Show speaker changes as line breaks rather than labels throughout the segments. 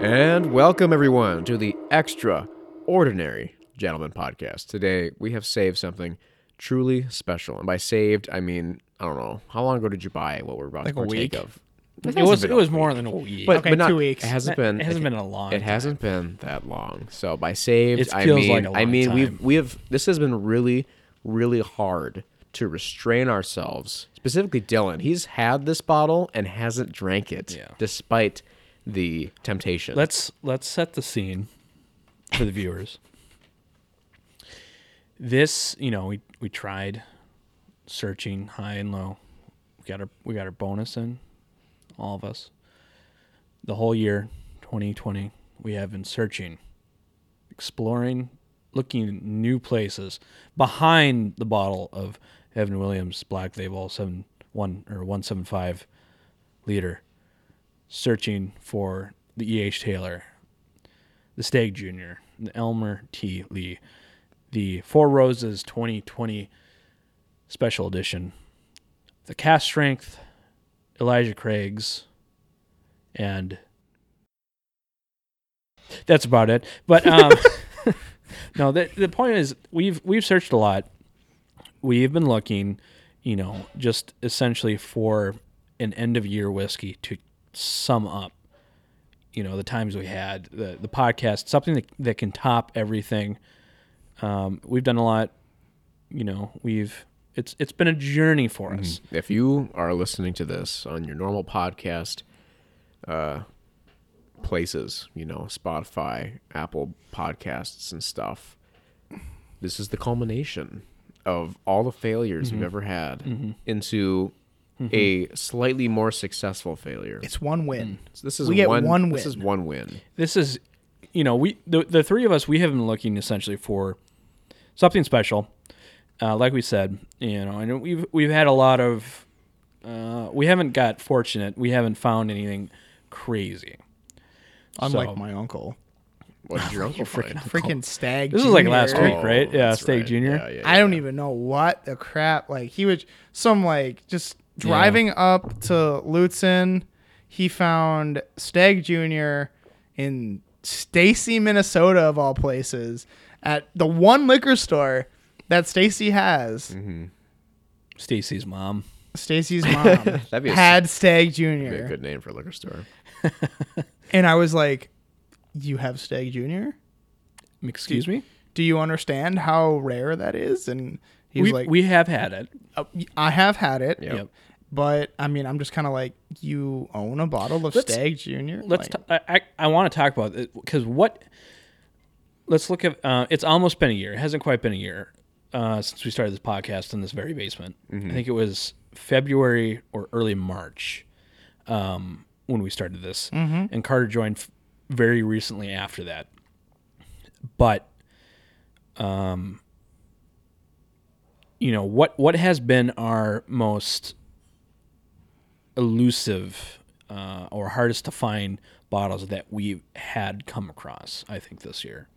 And welcome everyone to the Extraordinary Gentleman Podcast. Today we have saved something truly special. And by saved, I mean, I don't know, how long ago did you buy what we're about
Like
to
a
partake
week?
of?
It was it was more than a week.
but,
Okay,
but not,
two weeks.
It hasn't
That-
been
it hasn't been a long
It hasn't been that long. So by saved,
It
I
feels
mean
like a
I
long
mean
time.
we've we have this has been really really hard to restrain ourselves. Specifically Dylan, he's had this bottle and hasn't drank it
Yeah.
despite the temptation.
let's let's set the scene for the viewers. This, you know, we we tried searching high and low. We got our we got our bonus in, all of us. The whole year, 2020, we have been searching, exploring, looking at new places behind the bottle of Evan Williams Black Label seven one or one seven five liter searching for the E.H. Taylor, the Stag Jr., the Elmer T. Lee, the Four Roses 2020 Special Edition, the Cast Strength, Elijah Craig's, and that's about it. But um, no, the, the point is we've we've searched a lot. We've been looking, you know, just essentially for an end of year whiskey to sum up, you know, the times we had, the the podcast, something that, that can top everything. Um, we've done a lot, you know, we've it's it's been a journey for us.
Mm.
If you are listening to this on your normal podcast uh, places, you know, Spotify, Apple podcasts, and stuff, this is the culmination of all the failures
Mm-hmm.
we've ever had into a slightly more successful failure.
It's one win.
So this is
we get
one,
one
This
win.
is one win.
this is you know we the, the three of us we have been looking essentially for something special uh, like we said you know and we've we've had a lot of uh, we haven't got fortunate we haven't found anything crazy
Unlike
So-
my uncle,
What did your uncle find?
freaking stag.
this was like last
Junior.
week right yeah
Oh, that's
Stake
right.
jr
Yeah, yeah,
I don't
yeah.
even know what the crap. Like he was some like just driving up to Lutzen, he found Stag Junior in Stacy, Minnesota, of all places, at the one liquor store that Stacy has.
stacy's mom
Stacy's mom
That'd be a,
had Stag
that'd be a
Junior,
good name for a liquor store.
and I was like, "You have Stag Junior?
excuse me
Do you understand how rare that is?" And he's
we,
like,
we have had it
Uh, I have had it,
Yeah.
Yep.
but I mean, I'm just kind of like, you own a bottle of
Let's-
Stag Junior.
let's t- I I want to talk about it because what let's look at uh, it's almost been a year it hasn't quite been a year uh, since we started this podcast in this very basement i think it was february or early march um, when we started this and carter joined f- very recently after that but um you know what what has been our most elusive uh, or hardest to find bottles that we've had come across i think this year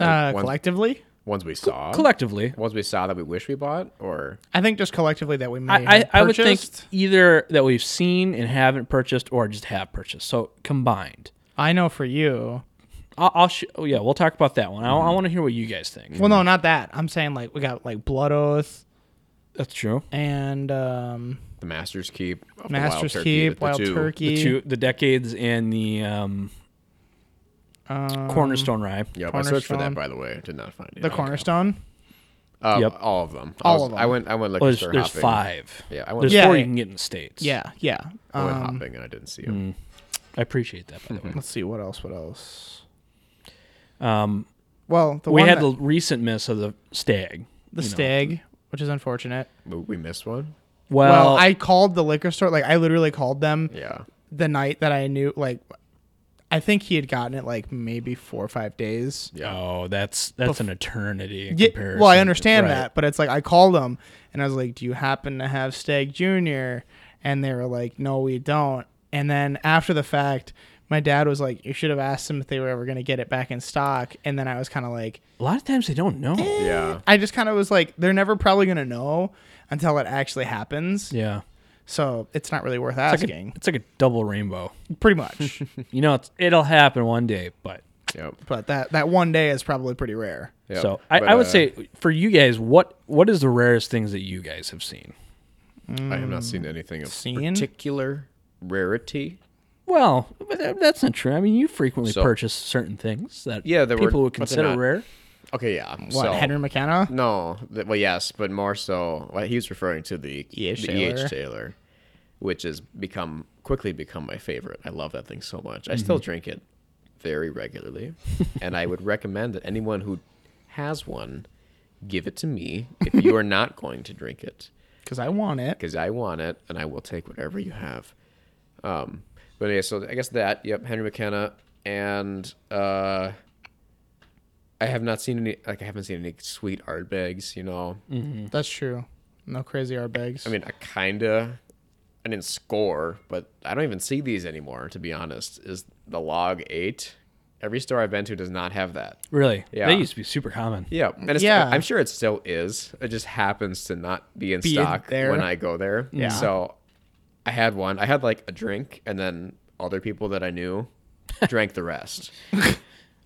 uh,
one-
collectively.
Ones we saw.
collectively
Ones we saw that we wish we bought, or
I think just collectively that we may
I, I,
have
I would think
purchased.
either that we've seen and haven't purchased or just have purchased so combined
I know for you.
i'll, I'll sh- oh, yeah we'll talk about that one i, I want to hear what you guys think
Well, no,
Mm.
not that. I'm saying like we got like Blood Oath
that's true
and um,
the Masters Keep, of the
Master's
Wild Turkey,
Keep,
the
Wild
two.
Turkey.
the two the decades and the um,
um,
cornerstone rye
Yep, I searched for that
Cornerstone.
by the way. Did not find it.
the Cornerstone.
Uh,
Yep.
all of them. I
All
was-
of them.
I went. I went
well,
liquor
there's,
store
there's
hopping.
five
Yeah, I went.
there's
Yeah,
four
yeah.
you can get in the states
Yeah, yeah.
I went
Um,
hopping and I didn't see it.
i appreciate that by the way
let's see what else. What else?
um,
Well, the
we
one
had
that-
the recent miss of the stag
the
you know. mm.
Stag, which is unfortunate.
But we missed one.
Well,
I called the liquor store. Like I literally called them
Yeah.
the night that I knew. Like I think he had gotten it like maybe four or five days.
oh, that's that's an eternity. In
Yeah,
comparison.
well, I understand
Right.
that, but it's like I called them and I was like, "Do you happen to have Stag Junior?" And they were like, "No, we don't." And then after the fact, my dad was like, "You should have asked them if they were ever going to get it back in stock." And then I was kind of like,
A lot of times they don't
Eh.
know.
Yeah.
I just kind of was like, "They're never probably going to know until it actually happens."
yeah,
So it's not really worth
it's like, a,
asking.
it's like a double rainbow.
pretty much.
You know, it's, it'll happen one day, but
Yep.
but that that one day is probably pretty rare.
yep.
so I,
But,
I would
uh,
say for you guys, what what is the rarest things that you guys have seen?
I have not seen anything of
Seen?
particular rarity.
Well, but that- that's not true. I mean, you frequently
So-
purchase certain things that
Yeah, there were-
people would
but they're
consider
not-
rare.
Okay, yeah.
What
so,
Henry McKenna?
No, th- well, yes, but more so, well, he was referring to the
E.H.
the
Taylor.
E.H. Taylor, which has become quickly become my favorite. I love that thing so much. I still drink it very regularly, and I would recommend that anyone who has one give it to me if you are not going to drink it
Because I want it.
because I want it, and I will take whatever you have. Um, but yeah, so I guess that. Yep, Henry McKenna, and uh, I have not seen any. Like I haven't seen any sweet art bags. You know,
That's true. No crazy R bags.
Mm-hmm. I mean, I kinda. I didn't score, but I don't even see these anymore. To be honest, is the log eight? Every store I've been to does not have that.
Really?
Yeah.
They used to be super common.
Yeah, and it's,
Yeah.
I'm sure it still is. It just happens to not be in
Be in
stock
there.
when I go there. Yeah. So I had one. I had like a drink, and then other people that I knew drank the rest.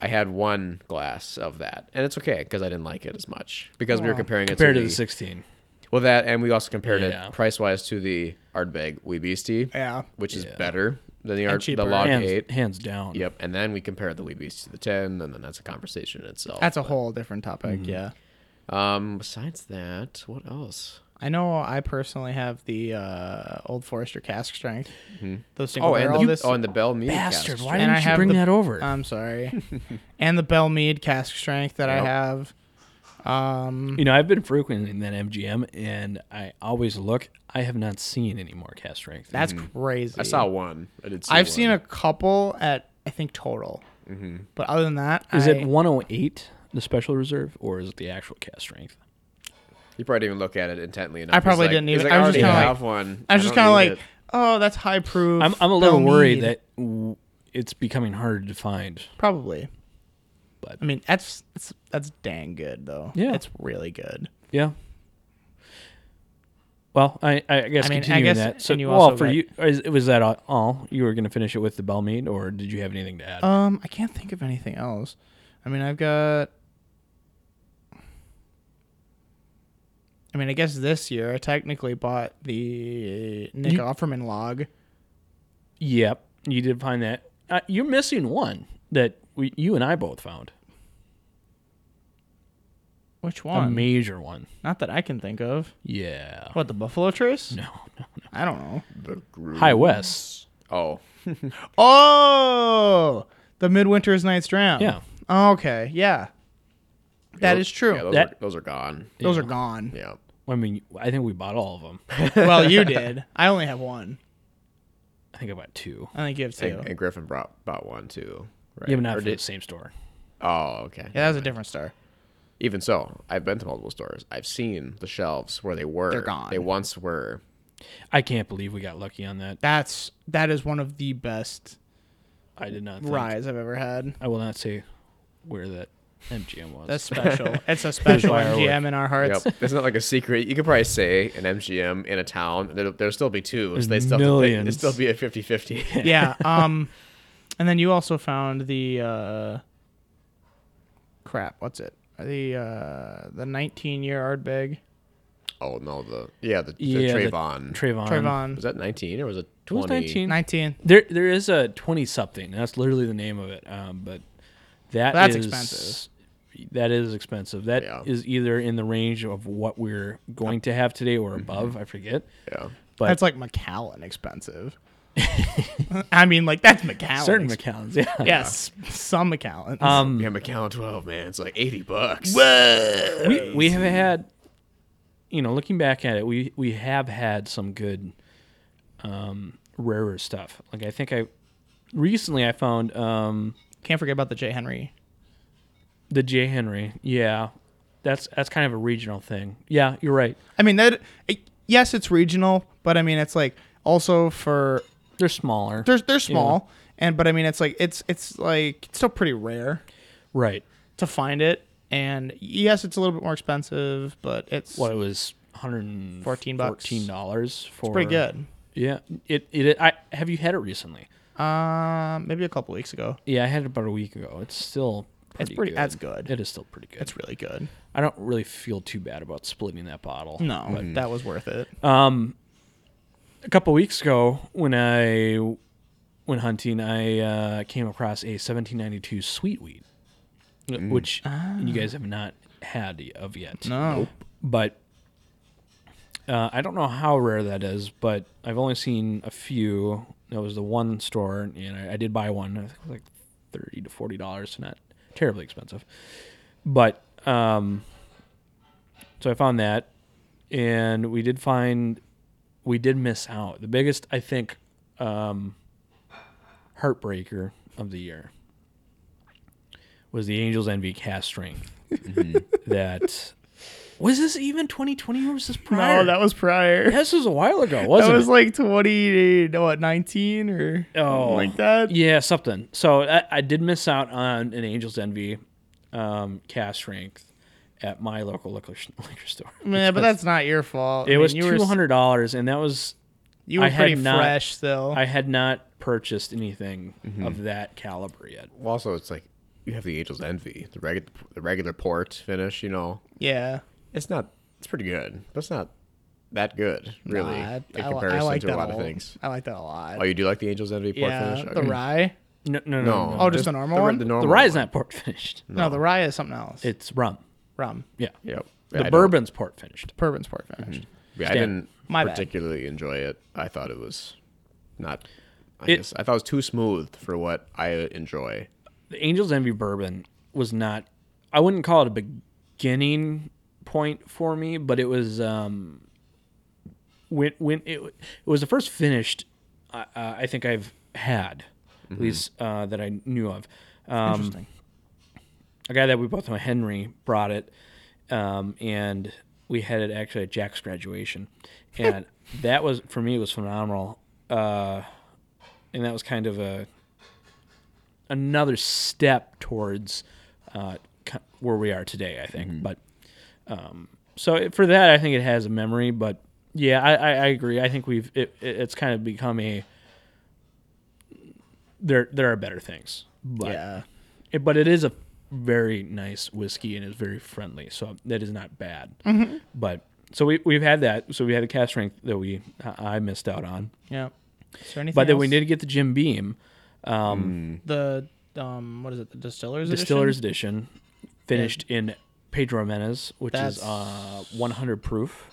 I had one glass of that, and it's okay because I didn't like it as much because we were comparing it
Compared
to,
to the 16.
well that, and we also compared
Yeah.
it price wise to the Ardbeg Weebeastie,
yeah.
which is
Yeah.
better than the Ard, the
cheaper.
Log
Hands,
Eight.
hands down.
Yep, and then we compared the Weebeastie to the ten, and then that's a conversation in itself.
That's a whole different topic.
Mm-hmm.
Yeah.
Um, besides that, what else?
I know I personally have the uh, Old Forester cask strength. Those single
Oh, and
barrel.
the,
this,
oh, and the Bell Mead
Bastard,
cast
why
strength.
And I
didn't you
have
bring
the-
that over?
I'm sorry. and the Bell Mead cask strength that I
Yep. Mm-hmm.
have. Um,
you know, I've been frequenting that MGM and I always look. I have not seen any more cast strength.
that's crazy.
I saw one. I did. See
I've
one. Mm-hmm.
seen a couple at I think total. But other than that,
Is
I,
it 108, the special reserve, or is it the actual cast strength?
You probably didn't look at it intently enough.
I
He's
probably
like-
didn't
he's
even-
Like,
I was
already
just kinda
have one.
I was just
don't
kind
need
of like,
it."
oh, that's high proof.
I'm, I'm a little
They'll
worried
need-
that w- it's becoming harder to find.
probably.
But-
I mean, that's that's, that's dang good though.
Yeah.
it's really good.
Yeah. Well, I, I guess
I mean, I
continuing
guess-
that. So,
and you
well,
also
for
got-
you, is, was that all? You were going to finish it with the bell mead, or did you have anything to add?
Um, I can't think of anything else. I mean, I've got. I mean, I guess this year I technically bought the Nick
You-
Offerman log.
Yep, you did find that. Uh, you're missing one that we, you and I both found.
Which one?
A major one.
Not that I can think of.
Yeah.
What the Buffalo Trace?
No, no, no.
I don't know.
The groove.
High West.
Oh,
Oh, the Midwinter's Night's Dram.
Yeah.
Okay. Yeah. That
Those-
is true.
Yeah, those,
That-
are, those are gone.
Those are gone.
Yeah.
I mean, I think we bought all of them.
well, you did. I only have one.
I think I bought two.
I think you have two.
And, and Griffin brought bought one too. Right.
Yeah, but not
Or
from the
did-
same store.
Oh, okay.
yeah, that was a different star.
Even so, I've been to multiple stores. I've seen the shelves where they were.
They're gone.
They once were.
I can't believe we got lucky on that.
That's that is one of the best
I did not. Think,
rides I've ever had.
I will not say where that MGM was.
That's special. it's a special
Firework.
MGM in our hearts.
Yep. It's not like a secret. You could probably say an MGM in a town. There, there'll still be two. So they
There's
still have to pick- it'd
millions.
still be a 50 50.
yeah. Um, and then you also found the uh, crap. What's it? The uh, the 19 year Ardbeg.
Oh no, the yeah, the, the
Yeah, the-
Trayvon.
Trayvon.
was
Trayvon.
that 19 or was it
It was
20?
19.
19.
There, there is a twenty something. That's literally the name of it. Um, but that
That's
is-
expensive.
That is expensive. That is
Yeah.
either in the range of what we're going to have today or above. I forget.
Yeah.
But
Mm-hmm. that's like McAllen expensive. I mean, like that's McAllen. Uh,
certain
exp-
McAllens. Yeah.
Yes, some McAllens.
Um,
Yeah, McAllen 12, man. It's like 80 bucks.
we, we have had you know, looking back at it, we we have had some good um, rarer stuff. Like I think I recently I found um,
Can't forget about the J. Henry.
the J Henry. Yeah, that's that's kind of a regional thing. Yeah, you're right.
I mean that. It, yes, it's regional, but I mean it's like also for
They're smaller.
they're they're small, and but I mean it's like it's it's like it's still pretty rare
right.
to find it. And yes, it's a little bit more expensive, but it's
What it was, 114
bucks.
dollars for
pretty good.
Yeah. It it. I have you had it recently?
Um, maybe a couple weeks ago.
Yeah, I had it about a week ago. It's still pretty
it's pretty.
good.
That's good.
It is still pretty good.
it's really good.
I don't really feel too bad about splitting that bottle.
No, that was worth it.
Um, a couple weeks ago, when I went hunting, I uh, came across a 1792 sweet wheat, which you guys have not had of yet.
No,
But uh, I don't know how rare that is, but I've only seen a few. That was the one store, and I, I did buy one. I think it was like thirty to forty dollars, so not terribly expensive. But um, so I found that, and we did find we did miss out. The biggest, I think, um, heartbreaker of the year was the Angels Envy cast strength. that was this even 2020 or was this prior?
no, that was prior.
This was a while ago, wasn't
that was
it?
like 20, no, what, 19 or
Oh.
something like that?
yeah, something. So I, I did miss out on an Angels Envy um, cast strength at my local liquor, liquor store.
Man, but that's not your fault. I
It
mean,
was
you were,
two hundred dollars, and that was
You were
I had
pretty
not-
fresh still.
I had not purchased anything
Mm-hmm.
of that caliber yet.
Well, also it's like you have the Angel's Envy, the regular the regular port finish. You know,
yeah.
it's not it's pretty good, but it's not that good really
Nah, I-
in
I, li-
comparison
I like
to
that
a lot of
lot.
things.
I like that a lot.
Oh, you do like the Angel's Envy port
yeah,
finish?
the
Okay.
rye.
No, no, no.
No.
no,
Oh, just the normal
the,
one?
The,
The
normal
The rye is
one.
not port finished.
No. the rye is something else.
It's rum.
Rum,
Yeah,
Yep.
the
I don't-
bourbon's port finished.
bourbon's port
Mm-hmm.
finished.
Yeah, I
Stan.
didn't
My bad.
particularly enjoy it. I thought it was not. I
It-
guess I thought it was too smooth for what I enjoy.
the Angel's Envy bourbon was not I wouldn't call it a beginning point for me, but it was um when when it, it was the first finished uh, uh, I think I've had at least uh, that I knew of. Um,
Interesting.
a guy that we both know, Henry, brought it, um, and we had it actually at Jack's graduation, and that was for me it was phenomenal, uh, and that was kind of a another step towards uh, ki- where we are today, I think. But um, so it, for that, I think it has a memory, but yeah, I, I, I agree. I think we've it, it, it's kind of become a there there are better things, but
yeah.
it, but it is a very nice whiskey and it's very friendly, so that is not bad.
Mm-hmm.
But so we we've had that. So we had a cast strength that we I I missed out on,
Yeah. Is there anything
but then we
else?
did get the Jim Beam um,
the um what is it the distillers
Distillers
edition?
Edition, finished in Pedro Menes, which is
That's-
uh, 100 proof.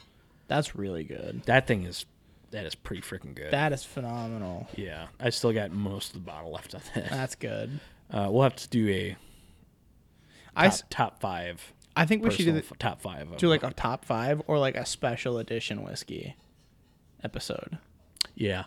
that's really good
That thing is that is pretty freaking good.
that is phenomenal
yeah, I still got most of the bottle left on that.
that's good
Uh, we'll have to do a
I,
top,
s-
top five.
I think we should do,
personal
the,
f- top five. of-
do like a top five or like a special edition whiskey episode
yeah.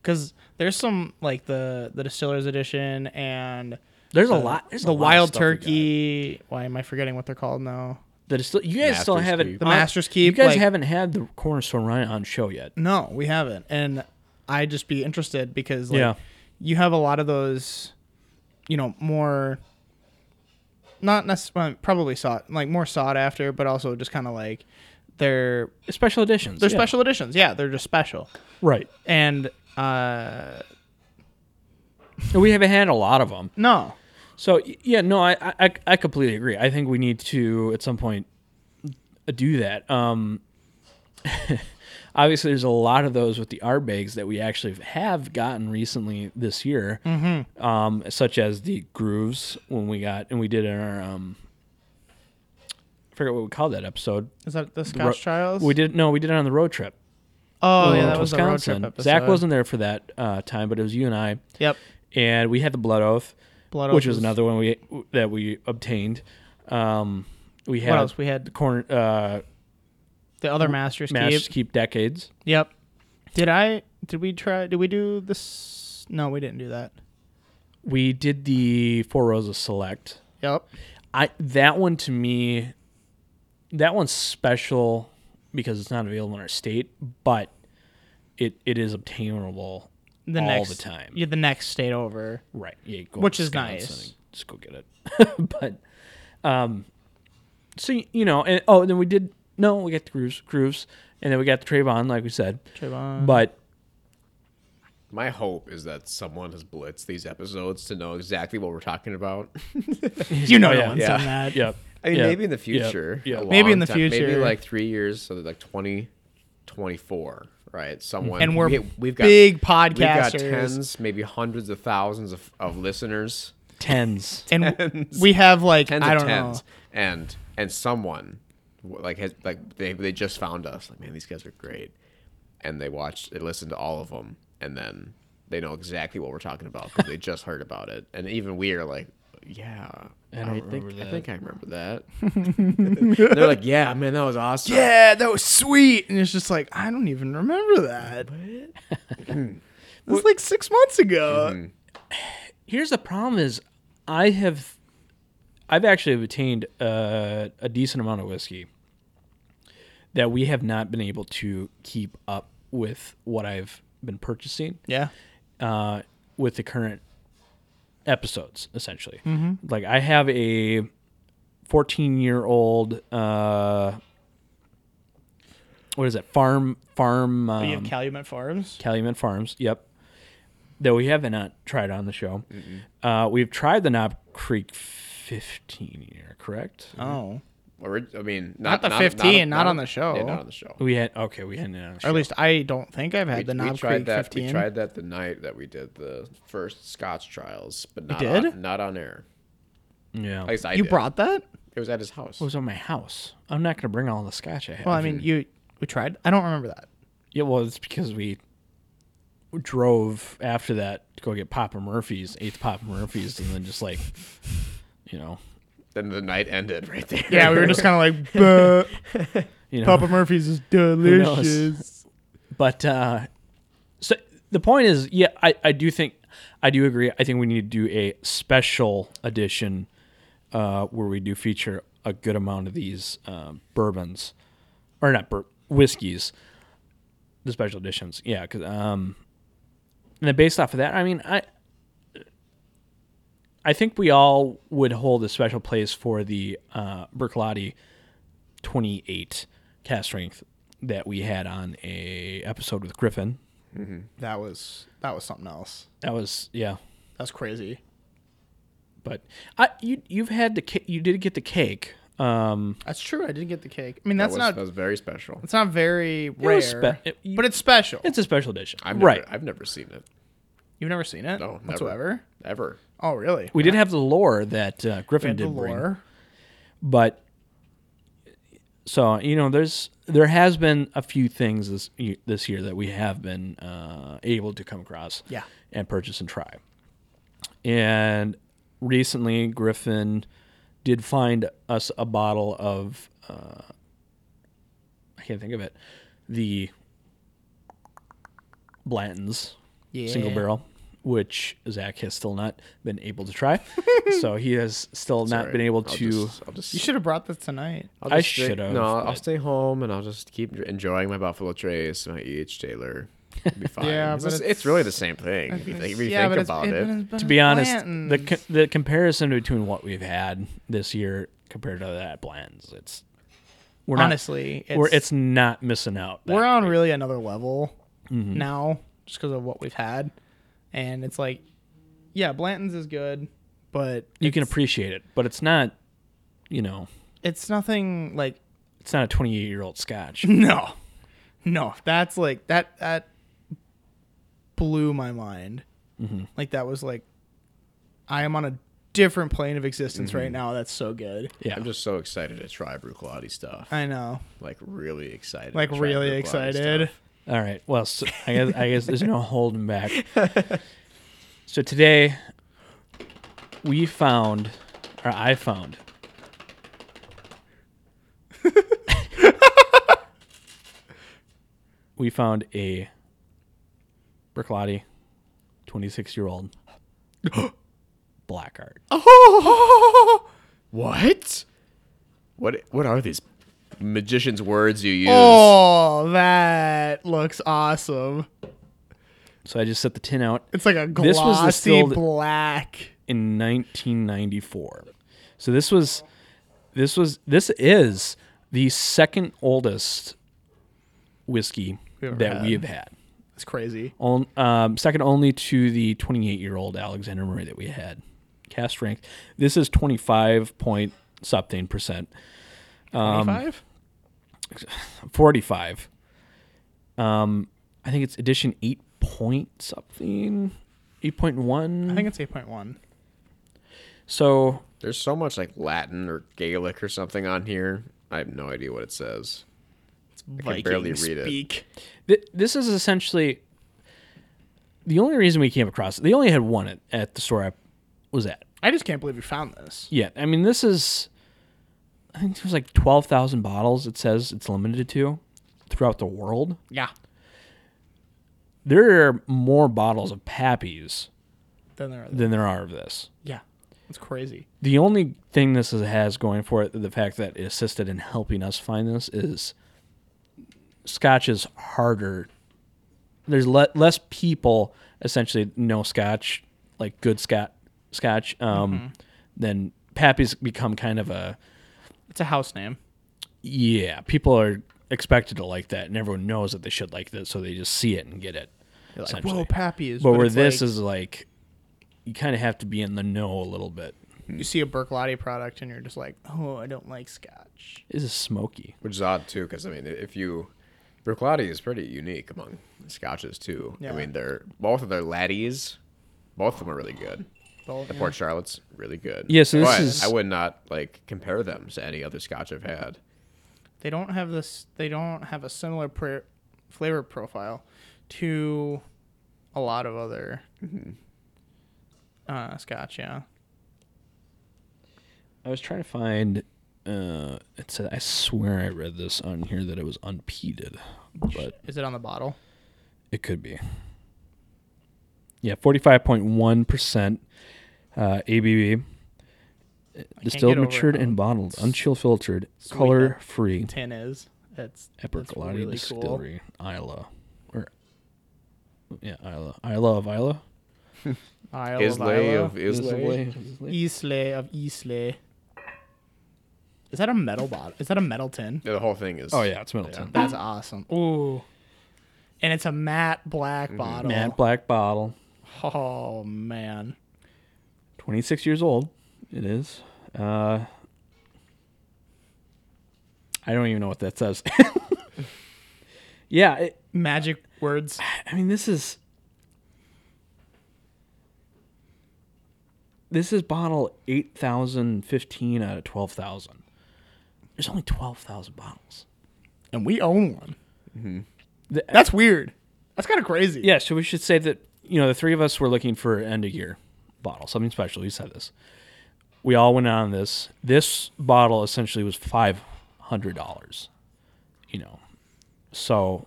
because there's some like the the distillers edition and
There's a
the-
lot. There's a
uh,
lot of
the wild
stuff we got.
turkey why am i forgetting what they're called now
The distil- you guys still
Master's
haven't
Keep.
The
uh,
Master's
You
Keep,
guys
like-
haven't had the corner store run on show yet.
no we haven't and i'd just be interested because like
Yeah.
you have a lot of those you know more not necessarily probably sought like more sought after but also just kind of like they're
Special editions.
They're
yeah.
special editions. Yeah, they're just special.
right?
And uh
And we haven't had a lot of them.
no.
So y- yeah, no, I, I- I I completely agree. I think we need to at some point do that. Um, obviously, there's a lot of those with the R bags that we actually have gotten recently this year, mm-hmm. um, such as the grooves when we got and we did in our um, I forget what we called that episode.
Is that the Scotch Trials?
We did no, we did it on the road trip.
Oh yeah,
to
that was a road
Wisconsin.
trip episode.
Zach wasn't there for that uh, time, but it was you and I,
Yep.
and we had the blood oath,
Blood
which
Oath
was
was-
another one we that we obtained. Um, we had
else we had?
the corner uh,
the other Masters
Masters
Keep.
keep decades.
Yep. Did I? Did we try? Did we do this? No, we didn't do that.
We did the Four Roses Select.
Yep.
I that one to me, that one's special because it's not available in our state, but it it is obtainable
The
all
next
the time.
Yeah, the next state over.
Right. Yeah. Go
Which
to
is
Wisconsin
nice.
and Just go get it. but, um, so y- you know, and oh, then we did no, we got the grooves, grooves, and then we got the Trayvon, like we said.
Trayvon.
But
My hope is that someone has blitzed these episodes to know exactly what we're talking about.
you know,
Oh,
no
yeah.
one's
Yeah.
done that.
yep.
I mean,
yep,
maybe in the
yep,
future. Oh,
Yeah.
a
Maybe
long
in the
time- Maybe
future.
like three years, so that like 20, 24, right? Someone.
And we're
we, have got,
Big
We've got
podcasters.
tens, maybe hundreds of thousands of, of listeners.
Tens.
and we have like
Tens
I
of
don't know.
tens. And and someone w- like has like they they just found us. Like, man, these guys are great. And they watched they listened to all of them and then they know exactly what we're talking about because they just heard about it. And even we are like, yeah. I,
don't
think
remember
I
that."
think I remember that. They're like, yeah, man, that was awesome.
Yeah, that was sweet. And it's just like I don't even remember that. it was like six months ago.
Here's the problem: is I have, I've actually obtained uh, a decent amount of whiskey that we have not been able to keep up with what I've been purchasing.
Yeah.
uh, with the current episodes, essentially.
Mm-hmm.
Like I have a 14 year old, uh, what is it? Farm, farm,
But Oh, you have
um,
Calumet Farms.
Calumet Farms. Yep. That we have not tried on the show. Uh, we've tried the Knob Creek 15 year, correct?
Oh.
Or, I mean,
Not
not,
the 15, not on the show.
Yeah, not on the show.
We had, okay, we hadn't. on the
Or at
show.
least I don't think I've had
We,
the
we
Knob
tried
Creek
that.
15.
We tried that the night that we did the first Scotch trials, but not
did?
On, not on air.
Yeah.
At least I
you
did.
brought that?
It was at his house.
it was on my house. I'm not going to bring all the scotch I have.
Well, I mean, you we tried. I don't remember that.
Yeah, well, it's because we drove after that to go get Papa Murphy's, eighth Papa Murphy's, and then just like, you know,
then the night ended right there.
Yeah, we were just kind of like,
you know.
Papa Murphy's is delicious.
But uh, so the point is, yeah, I, I do think I do agree. I think we need to do a special edition uh, where we do feature a good amount of these uh, bourbons, or not bur- whiskeys, the special editions. Yeah, 'cause, um, and then based off of that, I mean, I I think we all would hold a special place for the uh, Bercolotti 28 cast strength that we had on a episode with Griffin.
That was that was something else.
That was yeah,
That's crazy.
but I you you've had the ca- you did get the cake. Um,
That's true. I did get the cake. I mean,
That
that's
was,
not
that was very special.
it's not very rare,
was spe- it- you-
but it's special.
it's a special edition,
I've never,
right?
I've never seen it
You've never seen it?
No, never.
whatsoever.
ever.
Oh, really?
we did have the lore that uh,
We
Griffin
had the
did bring,
lore.
but so you know, there's there has been a few things this y- this year that we have been uh, able to come across,
Yeah.
and purchase and try. And recently, Griffin did find us a bottle of uh, I can't think of it, the Blanton's single
Yeah.
barrel, which Zach has still not been able to try. so he has still not
Sorry.
been able
I'll
to.
just- I'll just-
You should have brought this tonight.
I'll
I
just stay-
should've,
No, I'll
but-
stay home and I'll just keep enjoying my Buffalo Trace, my E.H. Taylor. It'll be fine.
Yeah,
it's,
but
just-
it's-
it's really the same thing. If you think, if you think about it,
to be honest, the co- the comparison between what we've had this year compared to that Blanton's, it's we're not
honestly,
we're it's not missing out. that
we're on really another level now just because of what we've had and it's like yeah blanton's is good but
you can
it's-
appreciate it, but it's not, you know,
it's nothing like
it's not a 28 year old scotch.
no no that's like that that blew my mind like that was like i am on a different plane of existence right now that's so good
Yeah.
I'm just so excited to try Bruclotti stuff.
i know
like really excited.
like
to try
really
Bruichladdich
excited
stuff.
All right. Well, so I guess I guess there's no holding back. So today we found or I found we found a Bricklottie, 26 year old black art.
Oh.
What? What? What are these magician's words you use?
Oh, that looks awesome.
So I just set the tin out
It's like a glossy
This was the still that-
black.
in 1994. So this was this was this is the second oldest whiskey
We ever
that
had.
we have had.
It's crazy.
On, um, second only to the 28 year old Alexander Murray that we had. Cast strength. This is 25 point something percent. Um,
25?
45. Um, I think it's edition 8 point something. 8.1.
I think it's 8.1.
so
There's so much like Latin or Gaelic or something on here. I have no idea what it says.
It's
I can barely
Viking
read it.
speak.
Th- this is essentially the only reason we came across it. They only had one at, at the store I was at.
I just can't believe we found this.
Yeah, I mean, this is. I think there's like twelve thousand bottles. It says it's limited to throughout the world.
Yeah.
There are more bottles of Pappies
Then there are the,
than there are of this.
Yeah. It's crazy.
The only thing this is, has going for it, the fact that it assisted in helping us find this, is Scotch is harder. There's le- less people essentially know Scotch, like good Scot- Scotch, um,
Mm-hmm.
than Pappy's become kind of a
It's a house name.
yeah. People are expected to like that, and everyone knows that they should like that, so they just see it and get it.
You're like,
essentially.
whoa, Pappy is.
but
but
where
it's
this
like,
is like, you kind of have to be in the know a little bit.
you see a Berklotti product and you're just like, oh, I don't like Scotch.
This is smoky.
Which is odd too, because I mean, if you, Bruclati is pretty unique among Scotches too.
Yeah.
I mean, they're both of their laddies, both of them are really good.
But,
The Port Charlotte's really good.
Yeah, so this
But
is-
I would not like compare them to any other Scotch I've had.
they don't have this. They don't have a similar pr- flavor profile to a lot of other
Mm-hmm.
uh, Scotch. Yeah.
I was trying to find. Uh, it said I swear I read this on here that it was unpeated, but
Is it on the bottle?
it could be. Yeah, forty-five point one percent ABV. Uh, Distilled,
over
matured,
how
and bottled, unchill filtered,
sweet
color
that
free.
Tin is. It's
At
it's
Bercolati
really cool.
Distillery, Isla, or yeah, Isla, Isla of Isla.
Isle of
Islay
Isla.
of Islay.
Islay of Islay. Is that a metal bottle? Is that a metal tin?
The whole thing is.
Oh yeah, it's Middleton.
That's awesome. Ooh. And it's a matte black bottle.
Mm-hmm. Matte black bottle.
Oh man.
26 years old. It is. Uh, I don't even know what that says. yeah, it,
Magic words.
I mean, this is this is bottle 8,015 out of 12,000. There's only 12,000 bottles.
And we own one.
The-
That's weird. That's kind of crazy.
Mm-hmm. Yeah, so we should say that you know the three of us were looking for an end of year bottle, something special. You said this. We all went on this. This bottle essentially was five hundred dollars. You know, so.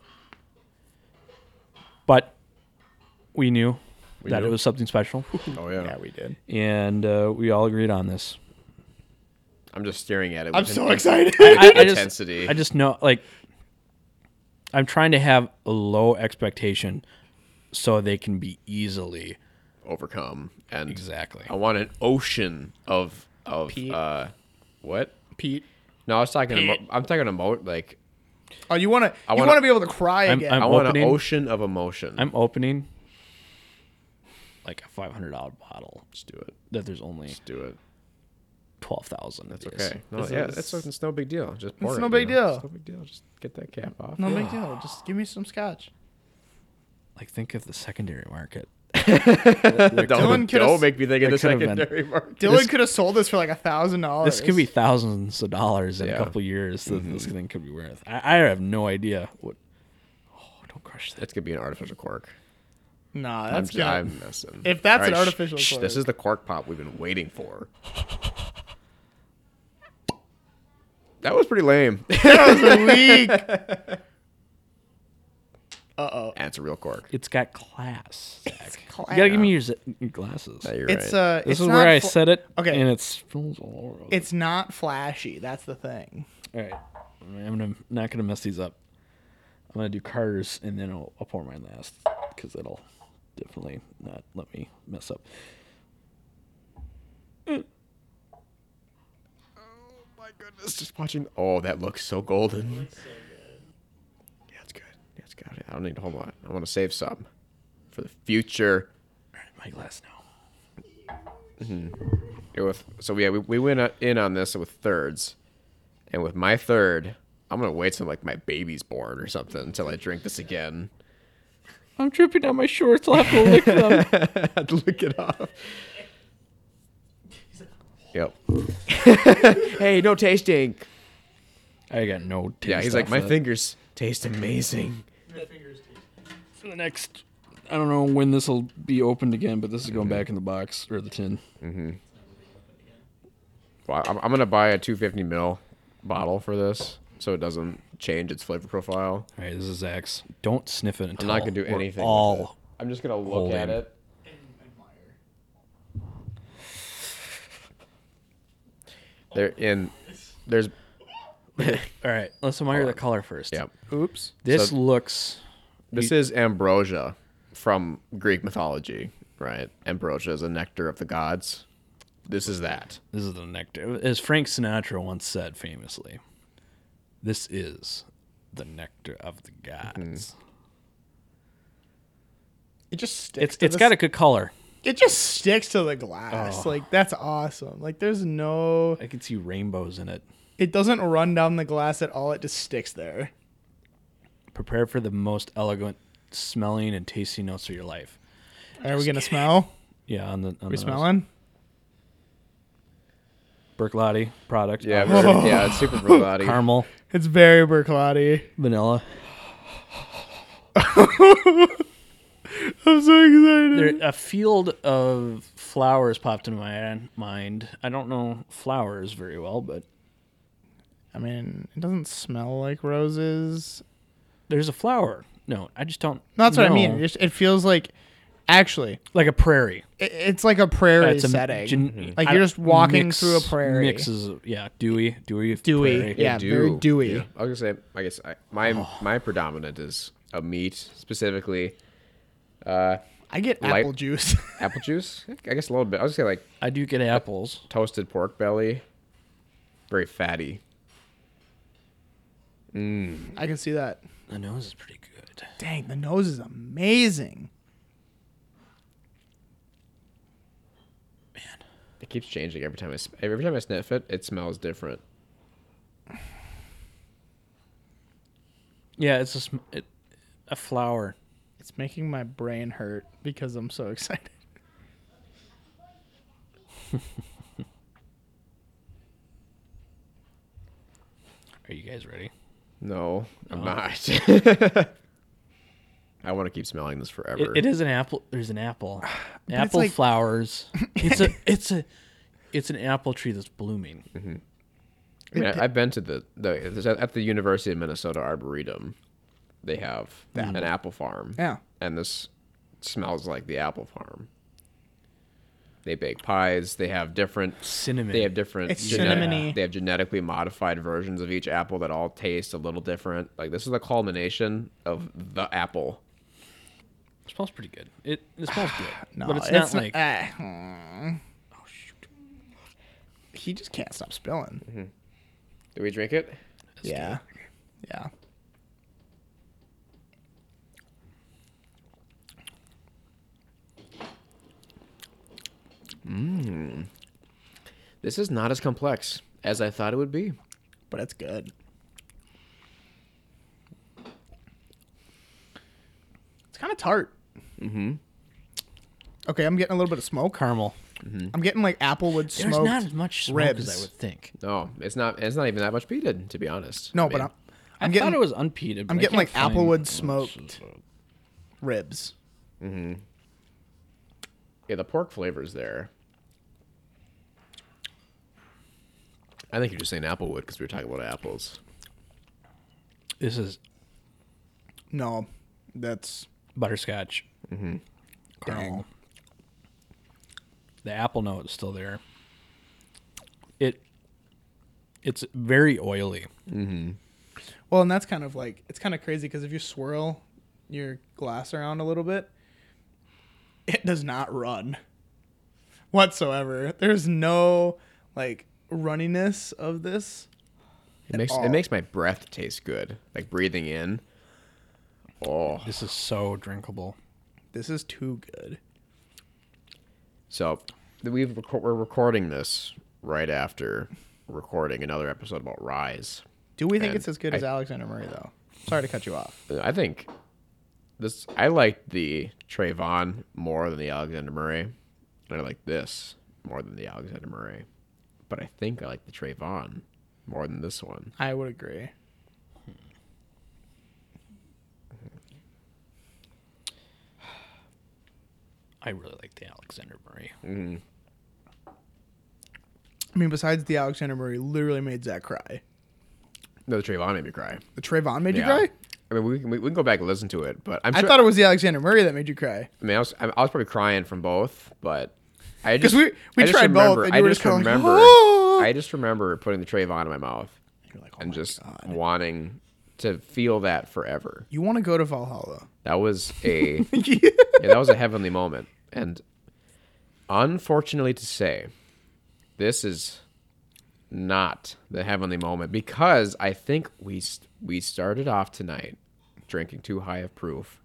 But we knew that
knew.
it was something special,
Oh yeah.
Yeah, we did.
and uh, we all agreed on this.
I'm just staring at it.
I'm
with
so
an
excited.
I, I just,
Intensity.
I just know, like, I'm trying to have a low expectation, so they can be easily
overcome and
exactly.
I want an ocean of of
Pete.
uh what?
Pete.
No, I was talking about
Pete.
I'm talking about like
Oh, you wanna you
wanna-
wanna, be able to cry
I'm-
again.
I'm-
I want
opening-
an ocean of emotion.
I'm opening like a five hundred dollar bottle
Let's do it.
that there's only
Let's do it.
twelve thousand. That's
Okay. No,
This
yeah,
is-
that's it's no big deal. Just pour
It's
it,
no
you
big
know?
deal.
It's no big deal. Just get that cap off.
no big deal. Just give me some scotch.
Like think of the secondary market.
Dylan
don't,
could've-
don't make me think of the
that could've been-
secondary market.
Dylan could have sold this for like a thousand dollars.
This could be thousands of dollars in a
Yeah.
couple years that this thing could be worth. I, I have no idea what. Oh, don't crush that.
That's gonna be an artificial cork.
Nah, that's
I'm,
good.
I'm messing.
If that's
All
an
shh,
artificial
shh,
cork.
this is the cork pop we've been waiting for. That was pretty lame.
That was weak.
Uh oh. That's a real cork.
It's got class.
It's
You gotta
cla-
give me your z- your glasses.
Yeah, you're
It's
right.
uh.
this
it's
is
not
where I
fl-
said it.
Okay.
and it's fills all over.
It's not flashy. That's the thing.
all right. I'm gonna, not gonna mess these up. I'm gonna do Carter's and then I'll, I'll pour mine last because it'll definitely not let me mess up.
my goodness, just watching. Oh, that looks so golden. Yeah, it's good. Yeah, it's good. I don't need a whole lot. I want to save some for the future.
All right, my glass now.
It with so yeah, we, we went uh, in on this with thirds, and with my third, I'm gonna wait till like my baby's born or something until I drink this again.
I'm dripping down my shorts. I'll have to lick them.
Had to lick it off. Yep. hey, no tasting.
I got no. Taste
Yeah, he's like
off
my
that."
fingers taste amazing.
for the next. I don't know when this will be opened again, but this is going back in the box or the tin.
Well, I'm, I'm gonna buy a 250 ml bottle for this, so it doesn't change its flavor profile.
All right, this is Zach's. Don't sniff it
I'm
until
not gonna do
we're
anything. with
All
it. I'm just gonna look at
holding.
it. There in there's
all right, let's admire the color first.
yep.
Oops.
This
So-
looks.
This is ambrosia from Greek mythology, right? Ambrosia is a nectar of the gods. This is that.
This is the nectar, as Frank Sinatra once said famously. This is the nectar of the gods.
Mm-hmm. It just sticks.
It's Oh.
to
it's
the
got a good color.
It just sticks to the glass. Like that's awesome. Like there's no
I can see rainbows in it.
it doesn't run down the glass at all. It just sticks there.
Prepare for the most elegant smelling and tasting notes of your life.
Are we gonna smell?
Yeah, on the on
We
the
smelling?
Berclotti product.
Yeah,
Olive,
very- yeah, it's super body.
caramel,
It's very Berclotti.
vanilla.
I'm so excited.
there a field of flowers popped into my mind. I don't know flowers very well, but
I mean, it doesn't smell like roses.
there's a flower. No, I just don't.
No, that's what I mean.
know.
It, just, it feels like actually,
like a prairie.
it, it's like a prairie
That's a
setting.
gen-
Like,
I-
you're just walking through a prairie.
Mixes, yeah, dewy, dewy,
Dewy,
prairie.
yeah. very dewy.
I was gonna say, I guess I, my
Oh.
my predominant is a meat specifically
I get
Light-
apple juice.
apple juice. I guess a little bit. I was gonna say like
I do get apples.
toasted pork belly, very fatty.
I can see that.
The nose is pretty good.
Dang, the nose is amazing.
It keeps changing every time I s- every time I sniff it. It smells different.
Yeah, it's a sm- it, a flower.
It's making my brain hurt because I'm so excited.
Are you guys ready?
No,
Oh.
I'm not. I want to keep smelling this
It,
forever.
it is an apple. There's an apple.
it's
apple
like-
flowers. It's a it's a it's an apple tree that's blooming.
I mean, I, have been to the, the there's a- at the University of Minnesota Arboretum. They have an apple farm,
Yeah.
and this smells like the apple farm. They bake pies. They have different
Cinnamon.
They have different.
It's
genet-
cinnamony.
They have genetically modified versions of each apple that all taste a little different. Like this is the culmination of the apple.
It smells pretty good. It, it smells good,
No,
but it's not like Oh,
ah, mm. He just can't stop spilling.
Mm-hmm.
Do we drink it?
Yeah. Yeah.
This is not as complex as I thought it would be.
But it's good. It's kind of tart. Mm-hmm. Okay, I'm getting a little bit of smoke.
caramel.
I'm getting like applewood
There's
smoke.
not as much smoke as
ribs.
I would think.
No, it's not. It's not even that much peated, to be honest.
no,
I
but
mean,
I'm,
i
I'm
thought
getting
it was unpeated.
I'm
but I
getting,
can't
like,
find-
applewood smoked. ribs.
yeah, the pork flavor's there. I think you're just saying applewood because we were talking about apples.
This is
No, That's
butterscotch, mm-hmm. caramel. The apple note is still there. It it's very oily.
well, and that's kind of like it's kind of crazy because if you swirl your glass around a little bit, it does not run whatsoever. There's no like runniness of this.
It makes
all.
it makes my breath taste good. Like breathing in. Oh,
This is so drinkable.
This is too good.
so th- we've reco- we're recording this right after recording another episode about Rise.
Do we think
And
it's as good
I-
as Alexander Murray though? Sorry to cut you off.
I think this I liked the Trayvon more than the Alexander Murray. And I like this more than the Alexander Murray. But I think I like the Trayvon more than this one.
I would agree.
I really like the Alexander Murray.
I mean, besides the Alexander Murray, literally made Zach cry.
No, the Trayvon made me cry.
The Trayvon made
Yeah.
you cry.
I mean, we can, we can go back and listen to it, but I'm
I
sure,
thought it was the Alexander Murray that made you cry.
I mean, I was, I was probably crying from both, but I
'Cause
just
we- we
I just
tried both,
remember-
and
I
you were
just
just kinda like,
remember,
"Oh."
I just remember putting the Trayvon in my mouth
You're like, oh
and
my
just
God.
wanting to feel that forever.
you want to go to Valhalla.
That was a yeah, that was a heavenly moment, and unfortunately to say, this is not the heavenly moment because I think we st- we started off tonight drinking too high of proof.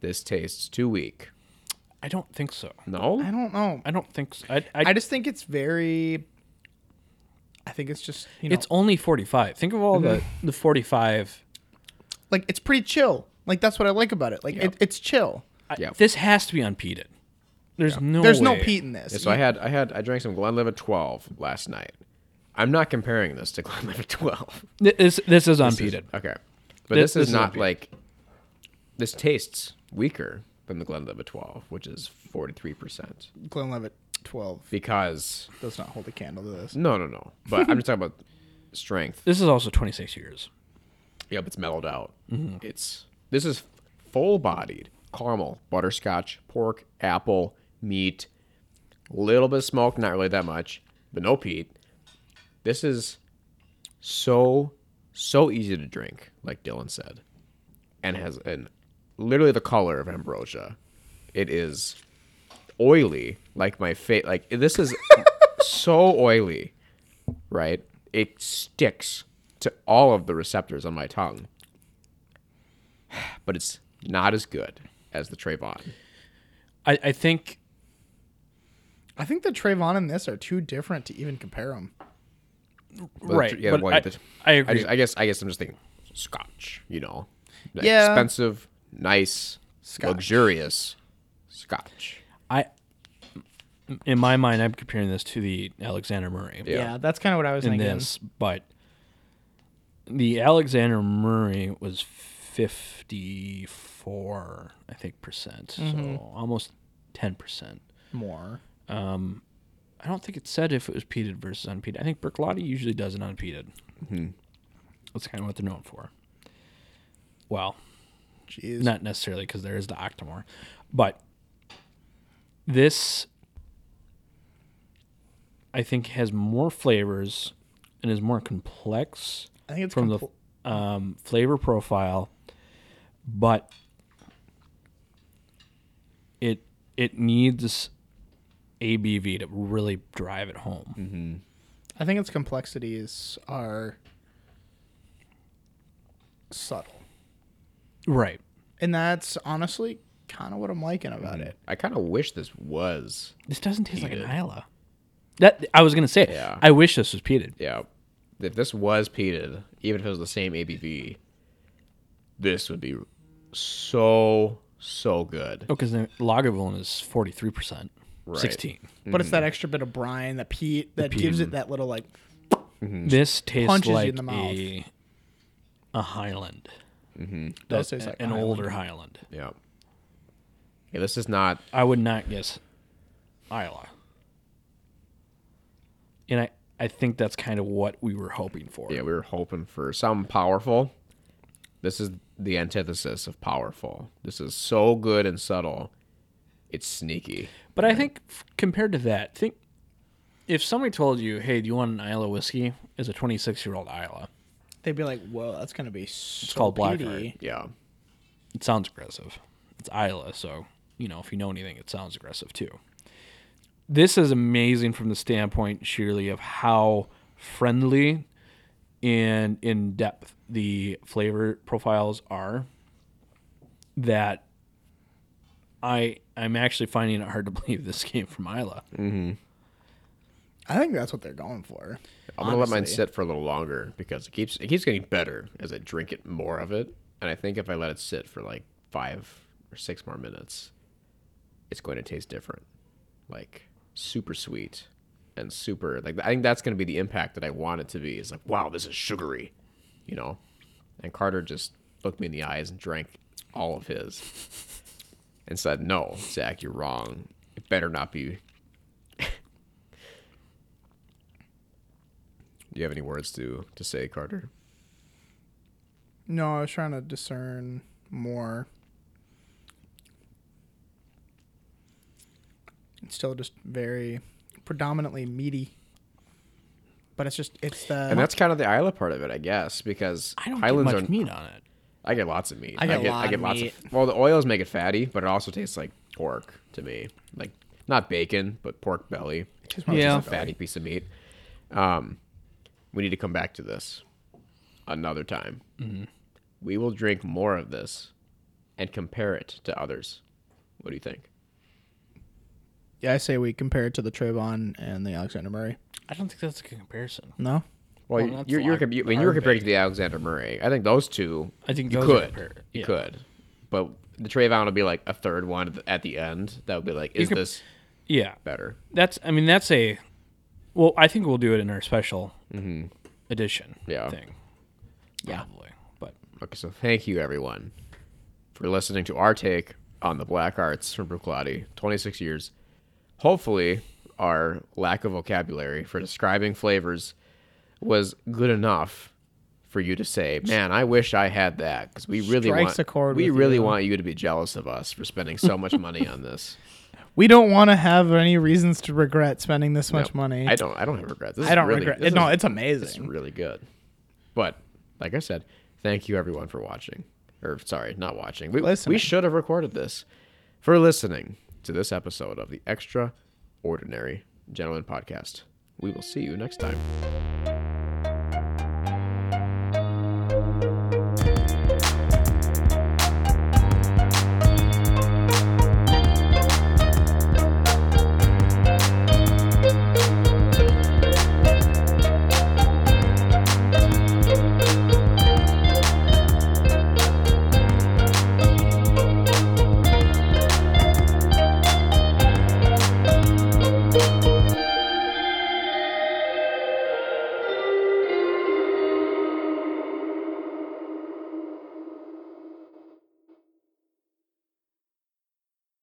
This tastes too weak.
I don't think so.
No,
I don't know.
I don't think so. I, I,
I just think it's very. I think it's just you know,
it's only 45. Think of all the, the 45.
like it's pretty chill. Like that's what I like about it. Like it, it's chill.
I-
Yeah.
This has to be unpeated. There's no
There's no
way.
peat in this.
Yeah, so I had I had I drank some Glenlivet 12 last night. I'm not comparing this to Glenlivet 12.
Th- This, this is unpeated.
Okay. But
This-
this,
this
is
is
not
unbeat.
like this tastes weaker than the Glenlivet 12, which is 43%
Glenlivet twelve
because
does not hold a candle to this.
no, no, no. But I'm just talking about strength.
This is also 26 years.
Yep, it's mellowed out. It's this is full-bodied caramel, butterscotch, pork, apple, meat, little bit of smoke, not really that much, but no peat. This is so so easy to drink, like Dylan said, and has an literally the color of ambrosia. It is oily, like my face. Like this is so oily, right? It sticks to all of the receptors on my tongue, but it's not as good as the Trayvon.
I, I think
I think the Trayvon and this are too different to even compare them.
But
right.
tr- Yeah,
but
well,
I,
the-
I agree.
I, just, I guess. I guess I'm just thinking Scotch. You know, Like,
Yeah.
expensive, nice,
Scotch.
luxurious Scotch.
I, in my mind, I'm comparing this to the Alexander Murray
Yeah.
that's kind of what I was
in this, but the Alexander Murray was 54, I think, percent, so almost 10 percent.
more.
I don't think it said if it was peated versus unpeated. I think Bercolotti usually does an unpeated. That's kind of what they're known for. Well,
Jeez.
not necessarily because there is the octomore, but this I think has more flavors and is more complex
I think it's
from
compl-
the um, flavor profile, but it it needs ABV to really drive it home.
I think its complexities are subtle.
Right.
And that's honestly kind of what I'm liking about it.
I kind of wish this was.
This doesn't taste like
Peated.
an Isla. That I was gonna say.
Yeah.
I wish this was peated.
Yeah, if this was peated, even if it was the same ABV, this would be so so good.
Oh, because the Lagavulin is forty three percent,
Right.
sixteen.
But it's that extra bit of brine, Mm-hmm. the peat, that gives it that little like
This tastes
punches you
like
in the mouth.
a a Highland,
does
A-
taste like
an
Highland.
older Highland.
Yeah. Yeah, this is not.
I would not guess Isla. And I, I think that's kind of what we were hoping for.
Yeah, we were hoping for something powerful, This is the antithesis of powerful. This is so good and subtle. It's sneaky.
But I think f- compared to that, think if somebody told you, "Hey, do you want an Isla whiskey?" as a 26-year-old Isla,
They'd be like, "Whoa, that's gonna be so it's
called
called
Blackheart.
Yeah.
it sounds aggressive. It's Isla, so you know if you know anything, it sounds aggressive too. This is amazing from the standpoint sheerly of how friendly and in depth the flavor profiles are. That I I'm actually finding it hard to believe this came from Isla.
I think that's what they're going for.
I'm gonna let mine
honestly.
sit for a little longer because it keeps it keeps getting better as I drink it more of it. And I think if I let it sit for like five or six more minutes, it's going to taste different. Like super sweet and super like I think that's gonna be the impact that I want it to be. It's like, wow, this is sugary. You know? And Carter just looked me in the eyes and drank all of his and said, No, Zach, you're wrong. It better not be Do you have any words to to say, Carter?
No, I was trying to discern more. It's still just very predominantly meaty, but it's just it's the
And that's kind of the Isla part of it, I guess, because
I don't
Islands
get much
are.
meat on it.
I get lots of meat.
I get a lot of meat.
of. Well, the oils make it fatty, but it also tastes like pork to me. Like not bacon, but pork belly. It's
Yeah.
a fatty piece of meat. Um, we need to come back to this another time.
Mm-hmm.
We will drink more of this and compare it to others. What do you think?
yeah. I say we compare it to the Trayvon and the Alexander Murray.
I don't think that's a good comparison.
No,
Well,
that's
you're, you're,
like
compu- when you were comparing it to the Alexander Murray, I think those two
I think
you
those are
could,
compar-
you
yeah.
could, but the Trayvon would be like a third one at the- at the end. That would be like, is
could-
this
Yeah,
better?
that's i mean that's a well i think we'll do it in our special edition
Yeah.
thing probably but
Okay, so thank you everyone for listening to our take on the Black Arts from Bruclati, 26 years. Hopefully, our lack of vocabulary for describing flavors was good enough for you to say, "Man, I wish I had that," because we really
Strikes
want
a chord
we
with
really
you.
want you to be jealous of us for spending so much money on this.
we don't want to have any reasons to regret spending this much
No,
money.
I don't. I don't have regrets. This
I don't
is really,
regret.
This
It, no,
is-
it's amazing.
It's really good. But like I said, thank you everyone for watching. Or sorry, not watching. We we
Listening.
should have recorded this for listening to this episode of the Extraordinary Gentleman Podcast. We will see you next time.